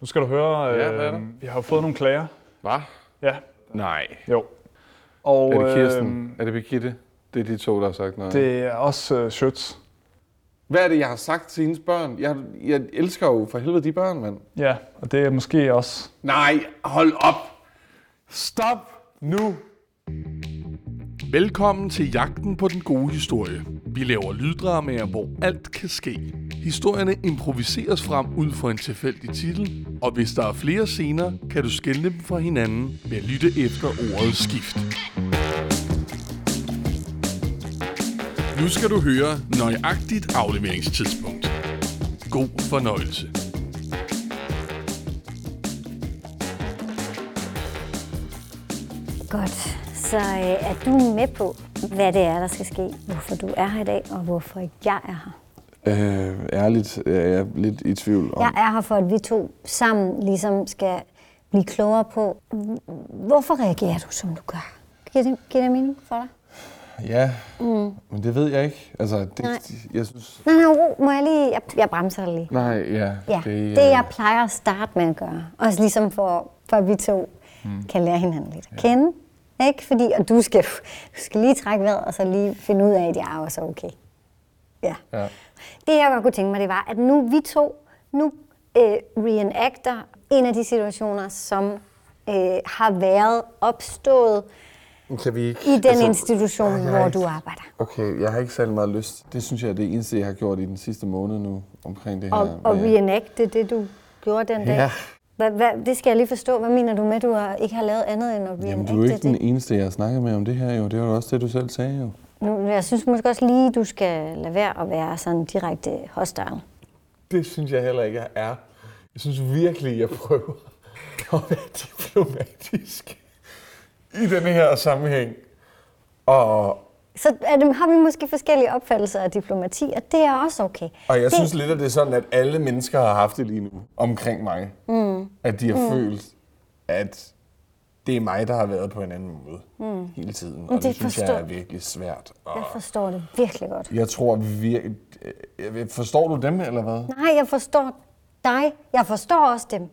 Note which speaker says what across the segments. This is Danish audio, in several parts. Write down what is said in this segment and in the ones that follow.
Speaker 1: Nu skal du høre, øh,
Speaker 2: Ja, hvad er der?
Speaker 1: jeg har jo fået nogle klager.
Speaker 2: Hvad?
Speaker 1: Ja,
Speaker 2: Nej.
Speaker 1: jo. Og,
Speaker 2: Er det Kirsten?
Speaker 1: øhm,
Speaker 2: er det Birgitte? Det er de to, der har sagt noget.
Speaker 1: det er også øh, Schütz.
Speaker 2: Hvad er det, jeg har sagt til hendes børn? Jeg, jeg elsker jo for helvede de børn, mand.
Speaker 1: Ja, og det er måske også...
Speaker 2: Nej, hold op! Stop nu!
Speaker 3: Velkommen til Jagten på den gode historie. Vi laver lyddramaer, hvor alt kan ske. Historierne improviseres frem ud fra en tilfældig titel, og hvis der er flere scener, kan du skelne dem fra hinanden ved at lytte efter ordet skift. Nu skal du høre nøjagtigt afleveringstidspunkt. God fornøjelse.
Speaker 4: Godt. Så øh, er du med på, hvad det er, der skal ske? Hvorfor du er her i dag, og hvorfor jeg er her?
Speaker 2: Øh, ærligt, jeg er lidt i tvivl om...
Speaker 4: Jeg er her for, at vi to sammen ligesom skal blive klogere på, h- hvorfor reagerer du, som du gør? Giver det, giver det mening for dig?
Speaker 2: Ja, mm. men det ved jeg ikke. Altså, det,
Speaker 4: Nej.
Speaker 2: jeg synes...
Speaker 4: Nej, nej, ro. Må jeg lige... Jeg, jeg bremser dig lige.
Speaker 2: Nej, ja.
Speaker 4: Ja,
Speaker 2: øh,
Speaker 4: det, det jeg plejer at starte med at gøre. Også ligesom for, for at vi to mm. kan lære hinanden lidt at kende. Ikke? Fordi, og du skal, du skal lige trække vejret, og så lige finde ud af, at jeg er også okay. Ja.
Speaker 2: Ja.
Speaker 4: Det jeg godt kunne tænke mig, det var, at nu vi to, nu øh, reenacter en af de situationer, som øh, har været opstået
Speaker 2: Kan vi ikke... altså,
Speaker 4: i den
Speaker 5: Altså,
Speaker 4: institution, hvor du arbejder.
Speaker 2: Okay, jeg har ikke særlig meget lyst. Det synes jeg er det eneste, jeg har gjort i den sidste måned nu, omkring det her.
Speaker 4: Og, og
Speaker 2: med-
Speaker 4: reenacte det, du gjorde den dag.
Speaker 2: Ja.
Speaker 4: Hva, hva, det skal jeg lige forstå. Hvad mener du med, at du har- ikke har lavet andet end at reenacte
Speaker 2: Jamen, du er jo ikke
Speaker 4: det?
Speaker 2: den eneste, jeg har snakket med om det her, jo. Det var jo også det, du selv sagde, jo.
Speaker 4: Nu, jeg synes måske også lige, du skal lade være at være sådan direkte hostile.
Speaker 5: Det synes jeg heller ikke, jeg er. Jeg synes virkelig, jeg prøver at være diplomatisk i den her sammenhæng. Og,
Speaker 4: Så er det, har vi måske forskellige opfattelser af diplomati, og det er også okay.
Speaker 5: og jeg
Speaker 4: det,
Speaker 5: synes lidt, at det er sådan, at alle mennesker har haft det lige nu omkring mig. Mm. At de har mm. følt, at det er mig, der har været på en anden måde mm. hele tiden. Og det,
Speaker 4: det
Speaker 5: det synes
Speaker 4: forstår-
Speaker 5: jeg er virkelig svært. Og
Speaker 4: Jeg forstår det virkelig godt.
Speaker 5: jeg tror virkelig... Forstår du dem, eller hvad?
Speaker 4: Nej, jeg forstår dig. Jeg forstår også dem.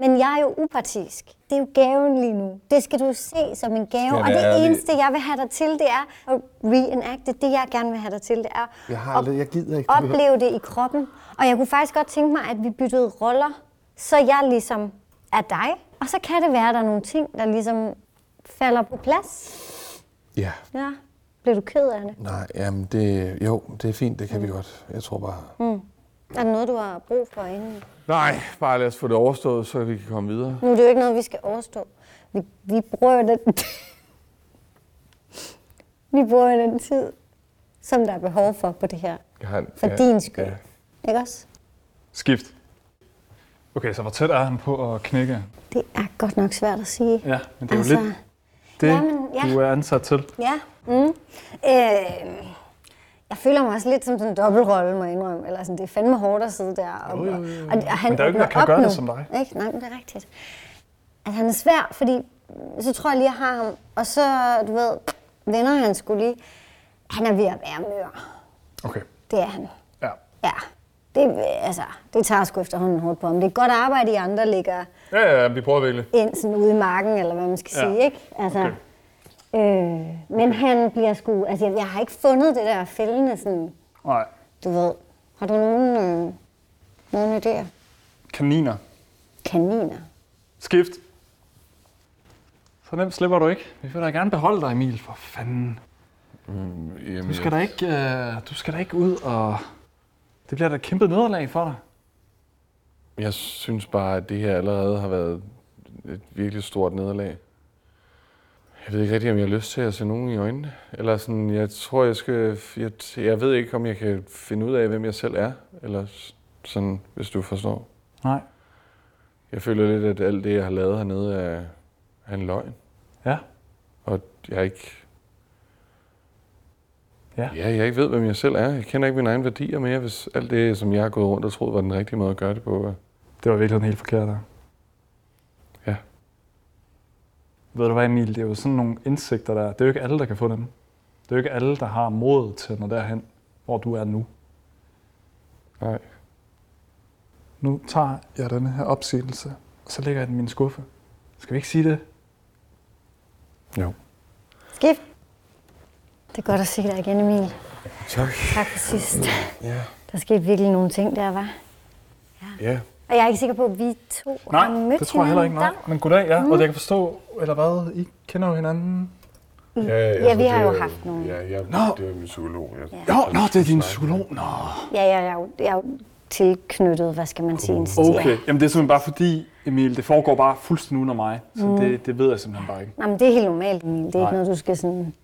Speaker 4: Men jeg er jo upartisk. Det er jo gaven lige nu. Det skal du se som en gave.
Speaker 5: jeg
Speaker 4: Og det
Speaker 5: være ærlig?
Speaker 4: eneste, jeg vil have dig til, det er at reenacte. Det, jeg gerne vil have dig til, det er
Speaker 5: Jeg har
Speaker 4: at
Speaker 5: aldrig- jeg gider ikke det her.
Speaker 4: opleve det i kroppen. Og jeg kunne faktisk godt tænke mig, at vi byttede roller, så jeg ligesom er dig. Og så kan det være, at der er nogle ting, der ligesom falder på plads.
Speaker 2: Ja.
Speaker 4: Ja. Bliver du ked af det?
Speaker 2: Nej, jamen det... Jo, det er fint, det kan
Speaker 1: Mm.
Speaker 2: vi godt. Jeg tror bare...
Speaker 4: Er der noget, du har brug for inden?
Speaker 2: Nej, bare lad os få det overstået, så vi kan komme videre.
Speaker 4: Nu er det jo ikke noget, vi skal overstå. Vi, vi bruger jo den... vi bruger jo den tid, som der er behov for på det her.
Speaker 5: Jeg har,
Speaker 4: For ja, din skyld. Ja. Ikke også?
Speaker 1: Skift. Okay, så hvor tæt er han på at knække?
Speaker 4: Det er godt nok svært at sige.
Speaker 1: Ja, men det er jo altså, lidt det,
Speaker 4: Jamen, ja.
Speaker 1: du er ansat til.
Speaker 4: Ja. Mm. Øh, jeg føler mig også lidt som sådan en dobbeltrolle, må jeg indrømme. Eller sådan, det er fandme hårdt at sidde der. Og, og, og, og han
Speaker 1: Men der er jo ikke, der
Speaker 4: åbner
Speaker 1: kan
Speaker 4: op
Speaker 1: gøre det
Speaker 4: nu.
Speaker 1: som dig.
Speaker 4: Ikke? Nej, men det er rigtigt. Altså, han er svær, fordi mm, så tror jeg lige, jeg har ham. Og så, du ved, vender han skulle lige. Han er ved at være mør.
Speaker 1: Okay,
Speaker 4: Det er han.
Speaker 1: ja.
Speaker 4: Ja. Det, altså, det tager sgu efterhånden hårdt på ham. Det er godt arbejde, I andre ligger
Speaker 1: Ja, ja, vi prøver virkelig.
Speaker 4: ind sådan ude i marken, eller hvad man skal
Speaker 1: Ja.
Speaker 4: ja. sige, ikke? Altså, okay. øh, men han bliver sgu... Altså, jeg, jeg har ikke fundet det der fældende sådan,
Speaker 1: Nej,
Speaker 4: du ved... Har du nogen, øh, nogen idéer?
Speaker 1: kaniner.
Speaker 4: Kaniner?
Speaker 1: Skift. Så nemt slipper du ikke. Vi vil da gerne beholde dig, Emil, for fanden.
Speaker 2: Jamen,
Speaker 1: Du skal da ikke, øh, du skal da ikke ud og... Det bliver da et kæmpe nederlag for dig.
Speaker 2: Jeg synes bare, at det her allerede har været et virkelig stort nederlag. Jeg ved ikke rigtig, om jeg har lyst til at se nogen i øjnene. Eller sådan, jeg tror, jeg skal... Jeg, jeg ved ikke, om jeg kan finde ud af, hvem jeg selv er. Eller s- sådan, hvis du forstår.
Speaker 1: Nej.
Speaker 2: Jeg føler lidt, at alt det, jeg har lavet hernede, er, er en løgn.
Speaker 1: Ja.
Speaker 2: Og jeg ikke...
Speaker 1: Ja.
Speaker 2: ja, jeg ikke ved, hvem jeg selv er. Jeg kender ikke mine egne værdier mere, hvis alt det, som jeg har gået rundt og troet, var den rigtige måde at gøre det på. er-
Speaker 1: Det var virkelig helt forkert der.
Speaker 2: Ja.
Speaker 1: Ved du hvad, Emil? Det er jo sådan nogle indsigter, der... Det er jo ikke alle, der kan få dem. Det er jo ikke alle, der har modet til at nå derhen, hvor du er nu.
Speaker 2: Nej.
Speaker 1: nu tager jeg den her opsigelse, og så lægger jeg den i min skuffe. Skal vi ikke sige det?
Speaker 2: Jo.
Speaker 4: Skift. Det er godt at se dig igen, Emil.
Speaker 5: Tak.
Speaker 4: Tak for sidst.
Speaker 5: Ja.
Speaker 4: Der skete virkelig nogle ting der, var.
Speaker 5: Ja.
Speaker 4: Og jeg er ikke sikker på, at vi to har mødt
Speaker 1: det tror jeg heller ikke, nej.
Speaker 4: hinanden
Speaker 1: Men goddag, ja. Mm. Og jeg kan forstå, eller hvad, I kender jo hinanden.
Speaker 5: Ja, jeg
Speaker 4: Ja, vi
Speaker 5: synes,
Speaker 4: har
Speaker 5: det
Speaker 4: jo
Speaker 5: er-
Speaker 4: haft nogle.
Speaker 5: Ja, jeg,
Speaker 1: Nå.
Speaker 5: det er min psykolog. Jeg,
Speaker 4: Ja.
Speaker 1: Jo, nå, det er din psykolog. Nå.
Speaker 4: der. Ja, jeg er jo, jeg er jo tilknyttet, hvad skal man sige,
Speaker 5: Oh.
Speaker 4: en stil.
Speaker 1: Okay, jamen det er simpelthen bare fordi, Emil, det foregår bare fuldstændig uden om mig. Så mm. det, det ved jeg simpelthen bare ikke.
Speaker 4: Nej, men det er helt normalt, Emil. Det er
Speaker 1: Nej.
Speaker 4: ikke noget, du skal sådan...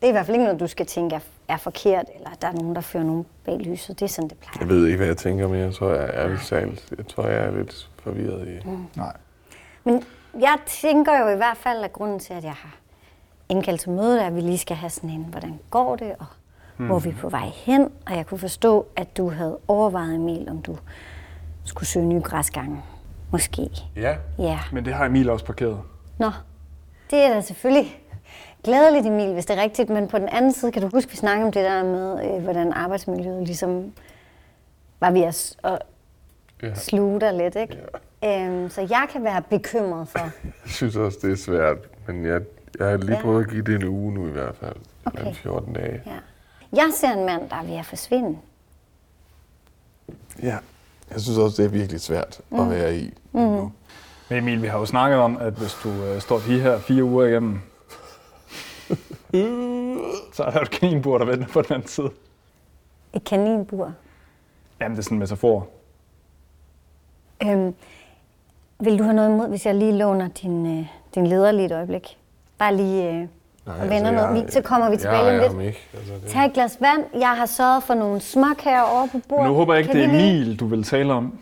Speaker 4: Det er i hvert fald ikke noget, du skal tænke er, er forkert, eller der er nogen, der fører nogen bag lyset. Det er sådan, det plejer.
Speaker 2: Jeg ved ikke, hvad jeg tænker, men jeg tror, jeg er lidt salt. Jeg tror, jeg er lidt forvirret i...
Speaker 1: Nej.
Speaker 4: Men jeg tænker jo i hvert fald, at grunden til, at jeg har indkaldt til møde, er, at vi lige skal have sådan en, hvordan går det, og hvor er vi
Speaker 1: Mhm.
Speaker 4: på vej hen. Og jeg kunne forstå, at du havde overvejet, Emil, om du skulle søge nye græsgange. Måske.
Speaker 2: Ja.
Speaker 4: Ja.
Speaker 1: Men det har Emil også parkeret.
Speaker 4: Nå, det er da selvfølgelig glædeligt, Emil, hvis det er rigtigt, men på den anden side, kan du huske, vi snakkede om det der med, øh, hvordan arbejdsmiljøet ligesom var ved at, s- at
Speaker 2: Ja.
Speaker 4: sluge dig lidt, ikke? Ja. Øhm, så jeg kan være bekymret for,
Speaker 2: Jeg synes også, det er svært, men jeg, jeg har lige
Speaker 4: Ja.
Speaker 2: prøvet at give det en uge nu i hvert fald.
Speaker 4: Okay.
Speaker 2: Eller en 14 dage.
Speaker 4: ja. Jeg ser en mand, der er ved at forsvinde.
Speaker 2: Ja. Jeg synes også, det er virkelig svært
Speaker 4: Mm.
Speaker 2: at være i lige nu.
Speaker 1: Men Emil, vi har jo snakket om, at hvis du øh, står de her fire uger igennem, så er der jo et kaninbur, der venter på den anden side.
Speaker 4: Et kaninbur.
Speaker 1: Jamen, det er sådan en metafor.
Speaker 4: Øhm, vil du have noget imod, hvis jeg lige låner din, øh, din leder lige et øjeblik? Bare lige øh, Nej,
Speaker 1: altså,
Speaker 4: og vender noget. Vi, så kommer vi tilbage
Speaker 2: jeg,
Speaker 4: lige
Speaker 2: jeg,
Speaker 4: om
Speaker 2: jeg,
Speaker 4: lidt.
Speaker 2: ham ikke. Altså, det,
Speaker 4: Tag et glas vand. Jeg har sørget for nogle småkager over på bordet.
Speaker 1: Men nu håber jeg ikke,
Speaker 4: Kan
Speaker 1: det er
Speaker 4: vi lige-
Speaker 1: Emil, du vil tale om.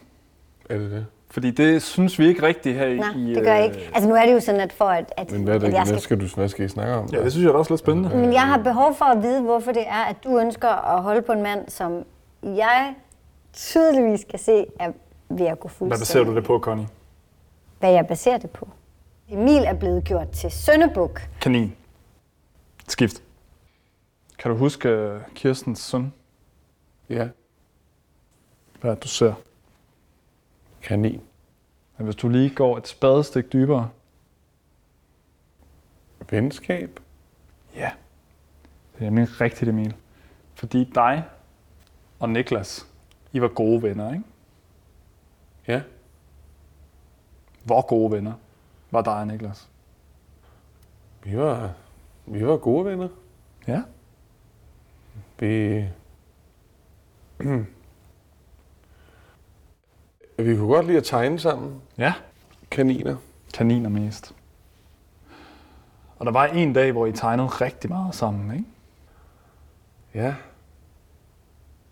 Speaker 2: er det det?
Speaker 1: Fordi det synes vi ikke rigtigt her i...
Speaker 4: Nej,
Speaker 1: i,
Speaker 4: det gør jeg
Speaker 1: øh,
Speaker 4: ikke. Altså nu er det jo sådan, at for at, at,
Speaker 2: Men hvad er det,
Speaker 4: at jeg
Speaker 2: hvad
Speaker 4: skal...
Speaker 2: skal, du, hvad skal I snakke om?
Speaker 1: Ja, det synes jeg da også er lidt spændende.
Speaker 4: Men jeg har behov for at vide, hvorfor det er, at du ønsker at holde på en mand, som jeg tydeligvis kan se er ved at gå fuldstændig.
Speaker 1: Hvad baserer du det på, Connie?
Speaker 4: Hvad jeg baserer det på? Emil er blevet gjort til søndebuk.
Speaker 1: Kanin. Skift. Kan du huske øh, Kirstens søn?
Speaker 2: ja.
Speaker 1: Hvad er det, du ser?
Speaker 2: Kanin.
Speaker 1: Men hvis du lige går et spadestik dybere...
Speaker 2: Venskab?
Speaker 1: Ja. Det er nemlig rigtigt, Emil. Fordi dig og Niklas, I var gode venner, ikke?
Speaker 2: Ja.
Speaker 1: Hvor gode venner var dig og Niklas?
Speaker 2: Vi var, vi var gode venner.
Speaker 1: Ja.
Speaker 2: Vi... vi kunne godt lide at tegne sammen.
Speaker 1: Ja.
Speaker 2: Kaniner.
Speaker 1: Kaniner mest. Og der var en dag, hvor I tegnede rigtig meget sammen, ikke?
Speaker 2: Ja.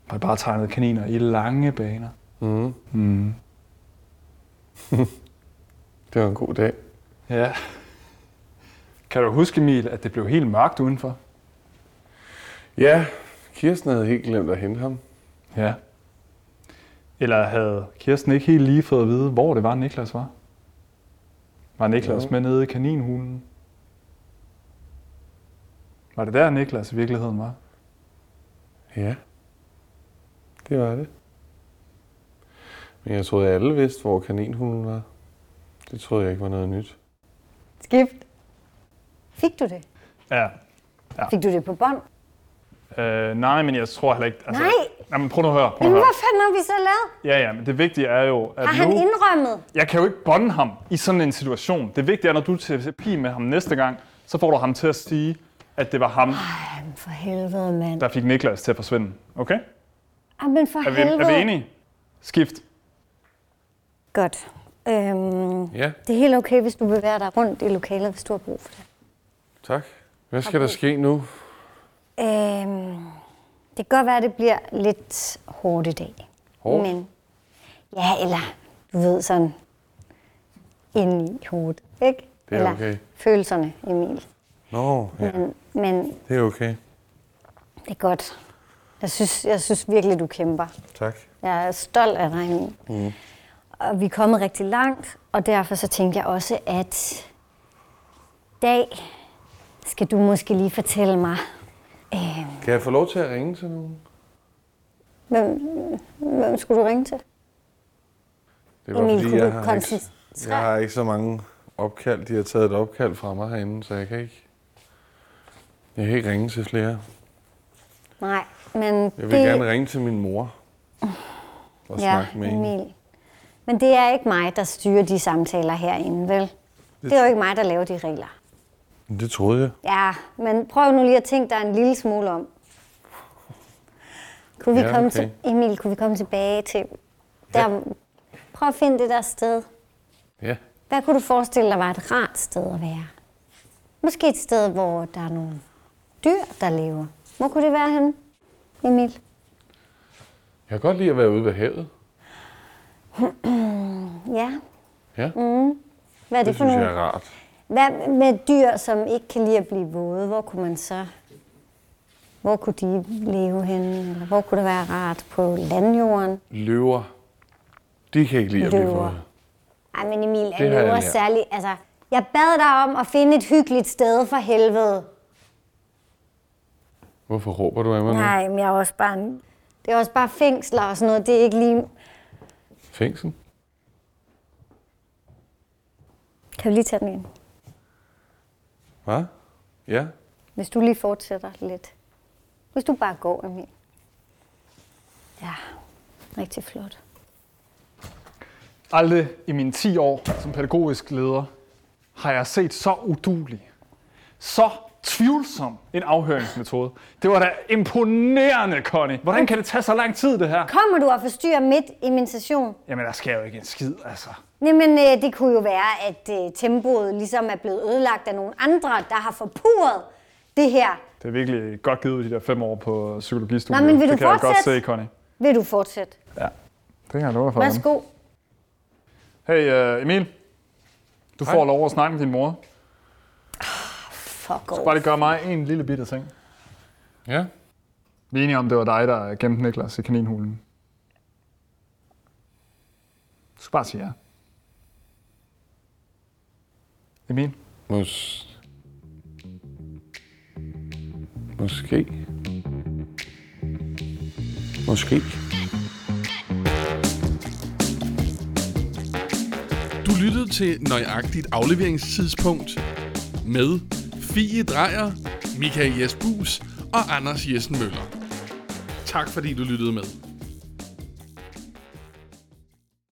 Speaker 1: Hvor I bare tegnede kaniner i lange baner.
Speaker 2: Mm.
Speaker 1: Mm.
Speaker 2: Det var en god dag.
Speaker 1: Ja. Kan du huske, Emil, at det blev helt mørkt udenfor?
Speaker 2: Ja, Kirsten havde helt glemt at hente ham.
Speaker 1: Ja. Eller havde Kirsten ikke helt lige fået at vide, hvor det var, Niklas var? Var Niklas
Speaker 2: Jo.
Speaker 1: med nede i kaninhulen? Var det der, Niklas i virkeligheden var?
Speaker 2: Ja. Det var det. Men jeg troede, at alle vidste, hvor kaninhunden var. Det troede jeg ikke var noget nyt.
Speaker 4: Skift. Fik du det?
Speaker 1: Ja.
Speaker 4: Fik du det på bånd?
Speaker 1: Øh, nej, men jeg tror heller ikke...
Speaker 4: Nej!
Speaker 1: Nej, men prøv nu at høre. Prøv
Speaker 4: Jamen,
Speaker 1: nu at
Speaker 4: hvad
Speaker 1: høre.
Speaker 4: fanden har vi så lavet?
Speaker 1: Ja, ja, men det vigtige er jo, at
Speaker 4: Har han
Speaker 1: nu...
Speaker 4: indrømmet?
Speaker 1: Jeg kan jo ikke bonde ham i sådan en situation. Det vigtige er, når du er til terapi med ham næste gang, så får du ham til at sige, at det var ham,
Speaker 4: Jamen, for helvede, mand.
Speaker 1: der fik Niklas til at forsvinde. Okay?
Speaker 4: Jamen, for
Speaker 1: Er vi,
Speaker 4: helvede.
Speaker 1: er vi enige? Skift.
Speaker 4: Godt. Øhm,
Speaker 2: Ja,
Speaker 4: det er helt okay, hvis du bevæger dig rundt i lokalet, hvis du har brug for det.
Speaker 2: tak. Hvad skal der ske nu?
Speaker 4: Øhm, det kan godt være, at det bliver lidt hårdt i dag.
Speaker 2: Hårdt?
Speaker 4: Men, ja, eller du ved sådan ind i hovedet, ikke?
Speaker 2: Det er
Speaker 4: eller
Speaker 2: okay.
Speaker 4: følelserne, Emil.
Speaker 2: Nå, ja.
Speaker 4: Men, men
Speaker 2: Det er okay.
Speaker 4: det er godt. Jeg synes, jeg synes virkelig, du kæmper.
Speaker 2: Tak.
Speaker 4: Jeg er stolt af dig, Emil. Mm. Og vi er kommet rigtig langt, og derfor så tænkte jeg også, at i dag skal du måske lige fortælle mig, øh,
Speaker 2: Kan jeg få lov til at ringe til nogen?
Speaker 4: hvem, hvem skulle du ringe til?
Speaker 2: Det
Speaker 4: Emil,
Speaker 2: bare,
Speaker 4: kunne du
Speaker 2: jeg har, ikke,
Speaker 4: koncentrere-
Speaker 2: jeg har ikke så mange opkald. De har taget et opkald fra mig herinde, så jeg kan ikke, jeg kan ikke ringe til flere.
Speaker 4: Nej, men
Speaker 2: Jeg vil
Speaker 4: det...
Speaker 2: det... gerne ringe til min mor
Speaker 4: ja,
Speaker 2: og snakke med hende.
Speaker 4: Emil. Men det er ikke mig, der styrer de samtaler herinde, vel? Det er jo ikke mig, der laver de regler.
Speaker 2: Men Det troede jeg.
Speaker 4: Ja, men prøv nu lige at tænke dig en lille smule om. Kunne vi
Speaker 2: Ja,
Speaker 4: komme
Speaker 2: okay.
Speaker 4: til, Emil, kunne vi komme tilbage til... Der, Prøv at finde det der sted.
Speaker 2: Ja.
Speaker 4: Hvad kunne du forestille dig var et rart sted at være? Måske et sted, hvor der er nogle dyr, der lever. Hvor kunne det være henne, Emil?
Speaker 2: Jeg kan godt lide at være ude ved havet.
Speaker 4: Ja, hvad
Speaker 2: Ja,
Speaker 4: er Mm, det, for
Speaker 2: det synes
Speaker 4: nogle?
Speaker 2: jeg er rart.
Speaker 4: Hvad med dyr, som ikke kan lide at blive våde? Hvor kunne man så... Hvor kunne de leve henne? Eller hvor kunne det være rart på landjorden?
Speaker 2: Løver. De kan ikke lide at blive
Speaker 4: Løver.
Speaker 2: våde.
Speaker 4: Ej, men Emil,
Speaker 2: jeg
Speaker 4: jeg lever
Speaker 2: lært.
Speaker 4: særlig... Altså, jeg bad dig om at finde et hyggeligt sted for helvede.
Speaker 2: Hvorfor råber du af mig nu?
Speaker 4: Mm. Nej, men jeg er også bare... en- Det er også bare fængsler og sådan noget. Det er ikke lige...
Speaker 2: Fængsel?
Speaker 4: Kan vi lige tage den ind?
Speaker 2: Hvad? Ja.
Speaker 4: Hvis du lige fortsætter lidt. Hvis du bare går, Emil. Ja, rigtig flot.
Speaker 1: Aldrig i mine 10 år som pædagogisk leder har jeg set så udulig, så tvivlsom en afhøringsmetode. Det var da imponerende, Connie. Hvordan kan det tage så lang tid, det her?
Speaker 4: Kommer du og forstyrrer midt i min session?
Speaker 1: Jamen, der sker jo ikke en skid, altså.
Speaker 4: Jamen, øh, det kunne jo være, at øh, tempoet ligesom er blevet ødelagt af nogle andre, der har forpurret det her.
Speaker 1: Det er virkelig godt givet de der fem år på psykologistudiet.
Speaker 4: Nå, men vil
Speaker 1: det
Speaker 4: du
Speaker 1: kan jeg godt
Speaker 4: fortsætte?
Speaker 1: se, Connie.
Speaker 4: Vil du fortsætte?
Speaker 1: Det kan jeg love dig for. Jan.
Speaker 4: Værsgo.
Speaker 1: Hey, uh, Emil. Du får lov at snakke med din mor.
Speaker 4: Fuck off.
Speaker 1: Bare lige gør mig en lille bitte ting.
Speaker 2: Ja.
Speaker 1: Vi er enige om, det var dig, der gemte Niklas i kaninhulen. Du skal bare sige ja. Emil?
Speaker 2: Mås... Måske. Måske.
Speaker 3: Du lyttede til Nøjagtigt Afleveringstidspunkt med Fie Drejer, Michael Jesbus og Anders Jessen Møller. Tak fordi du lyttede med.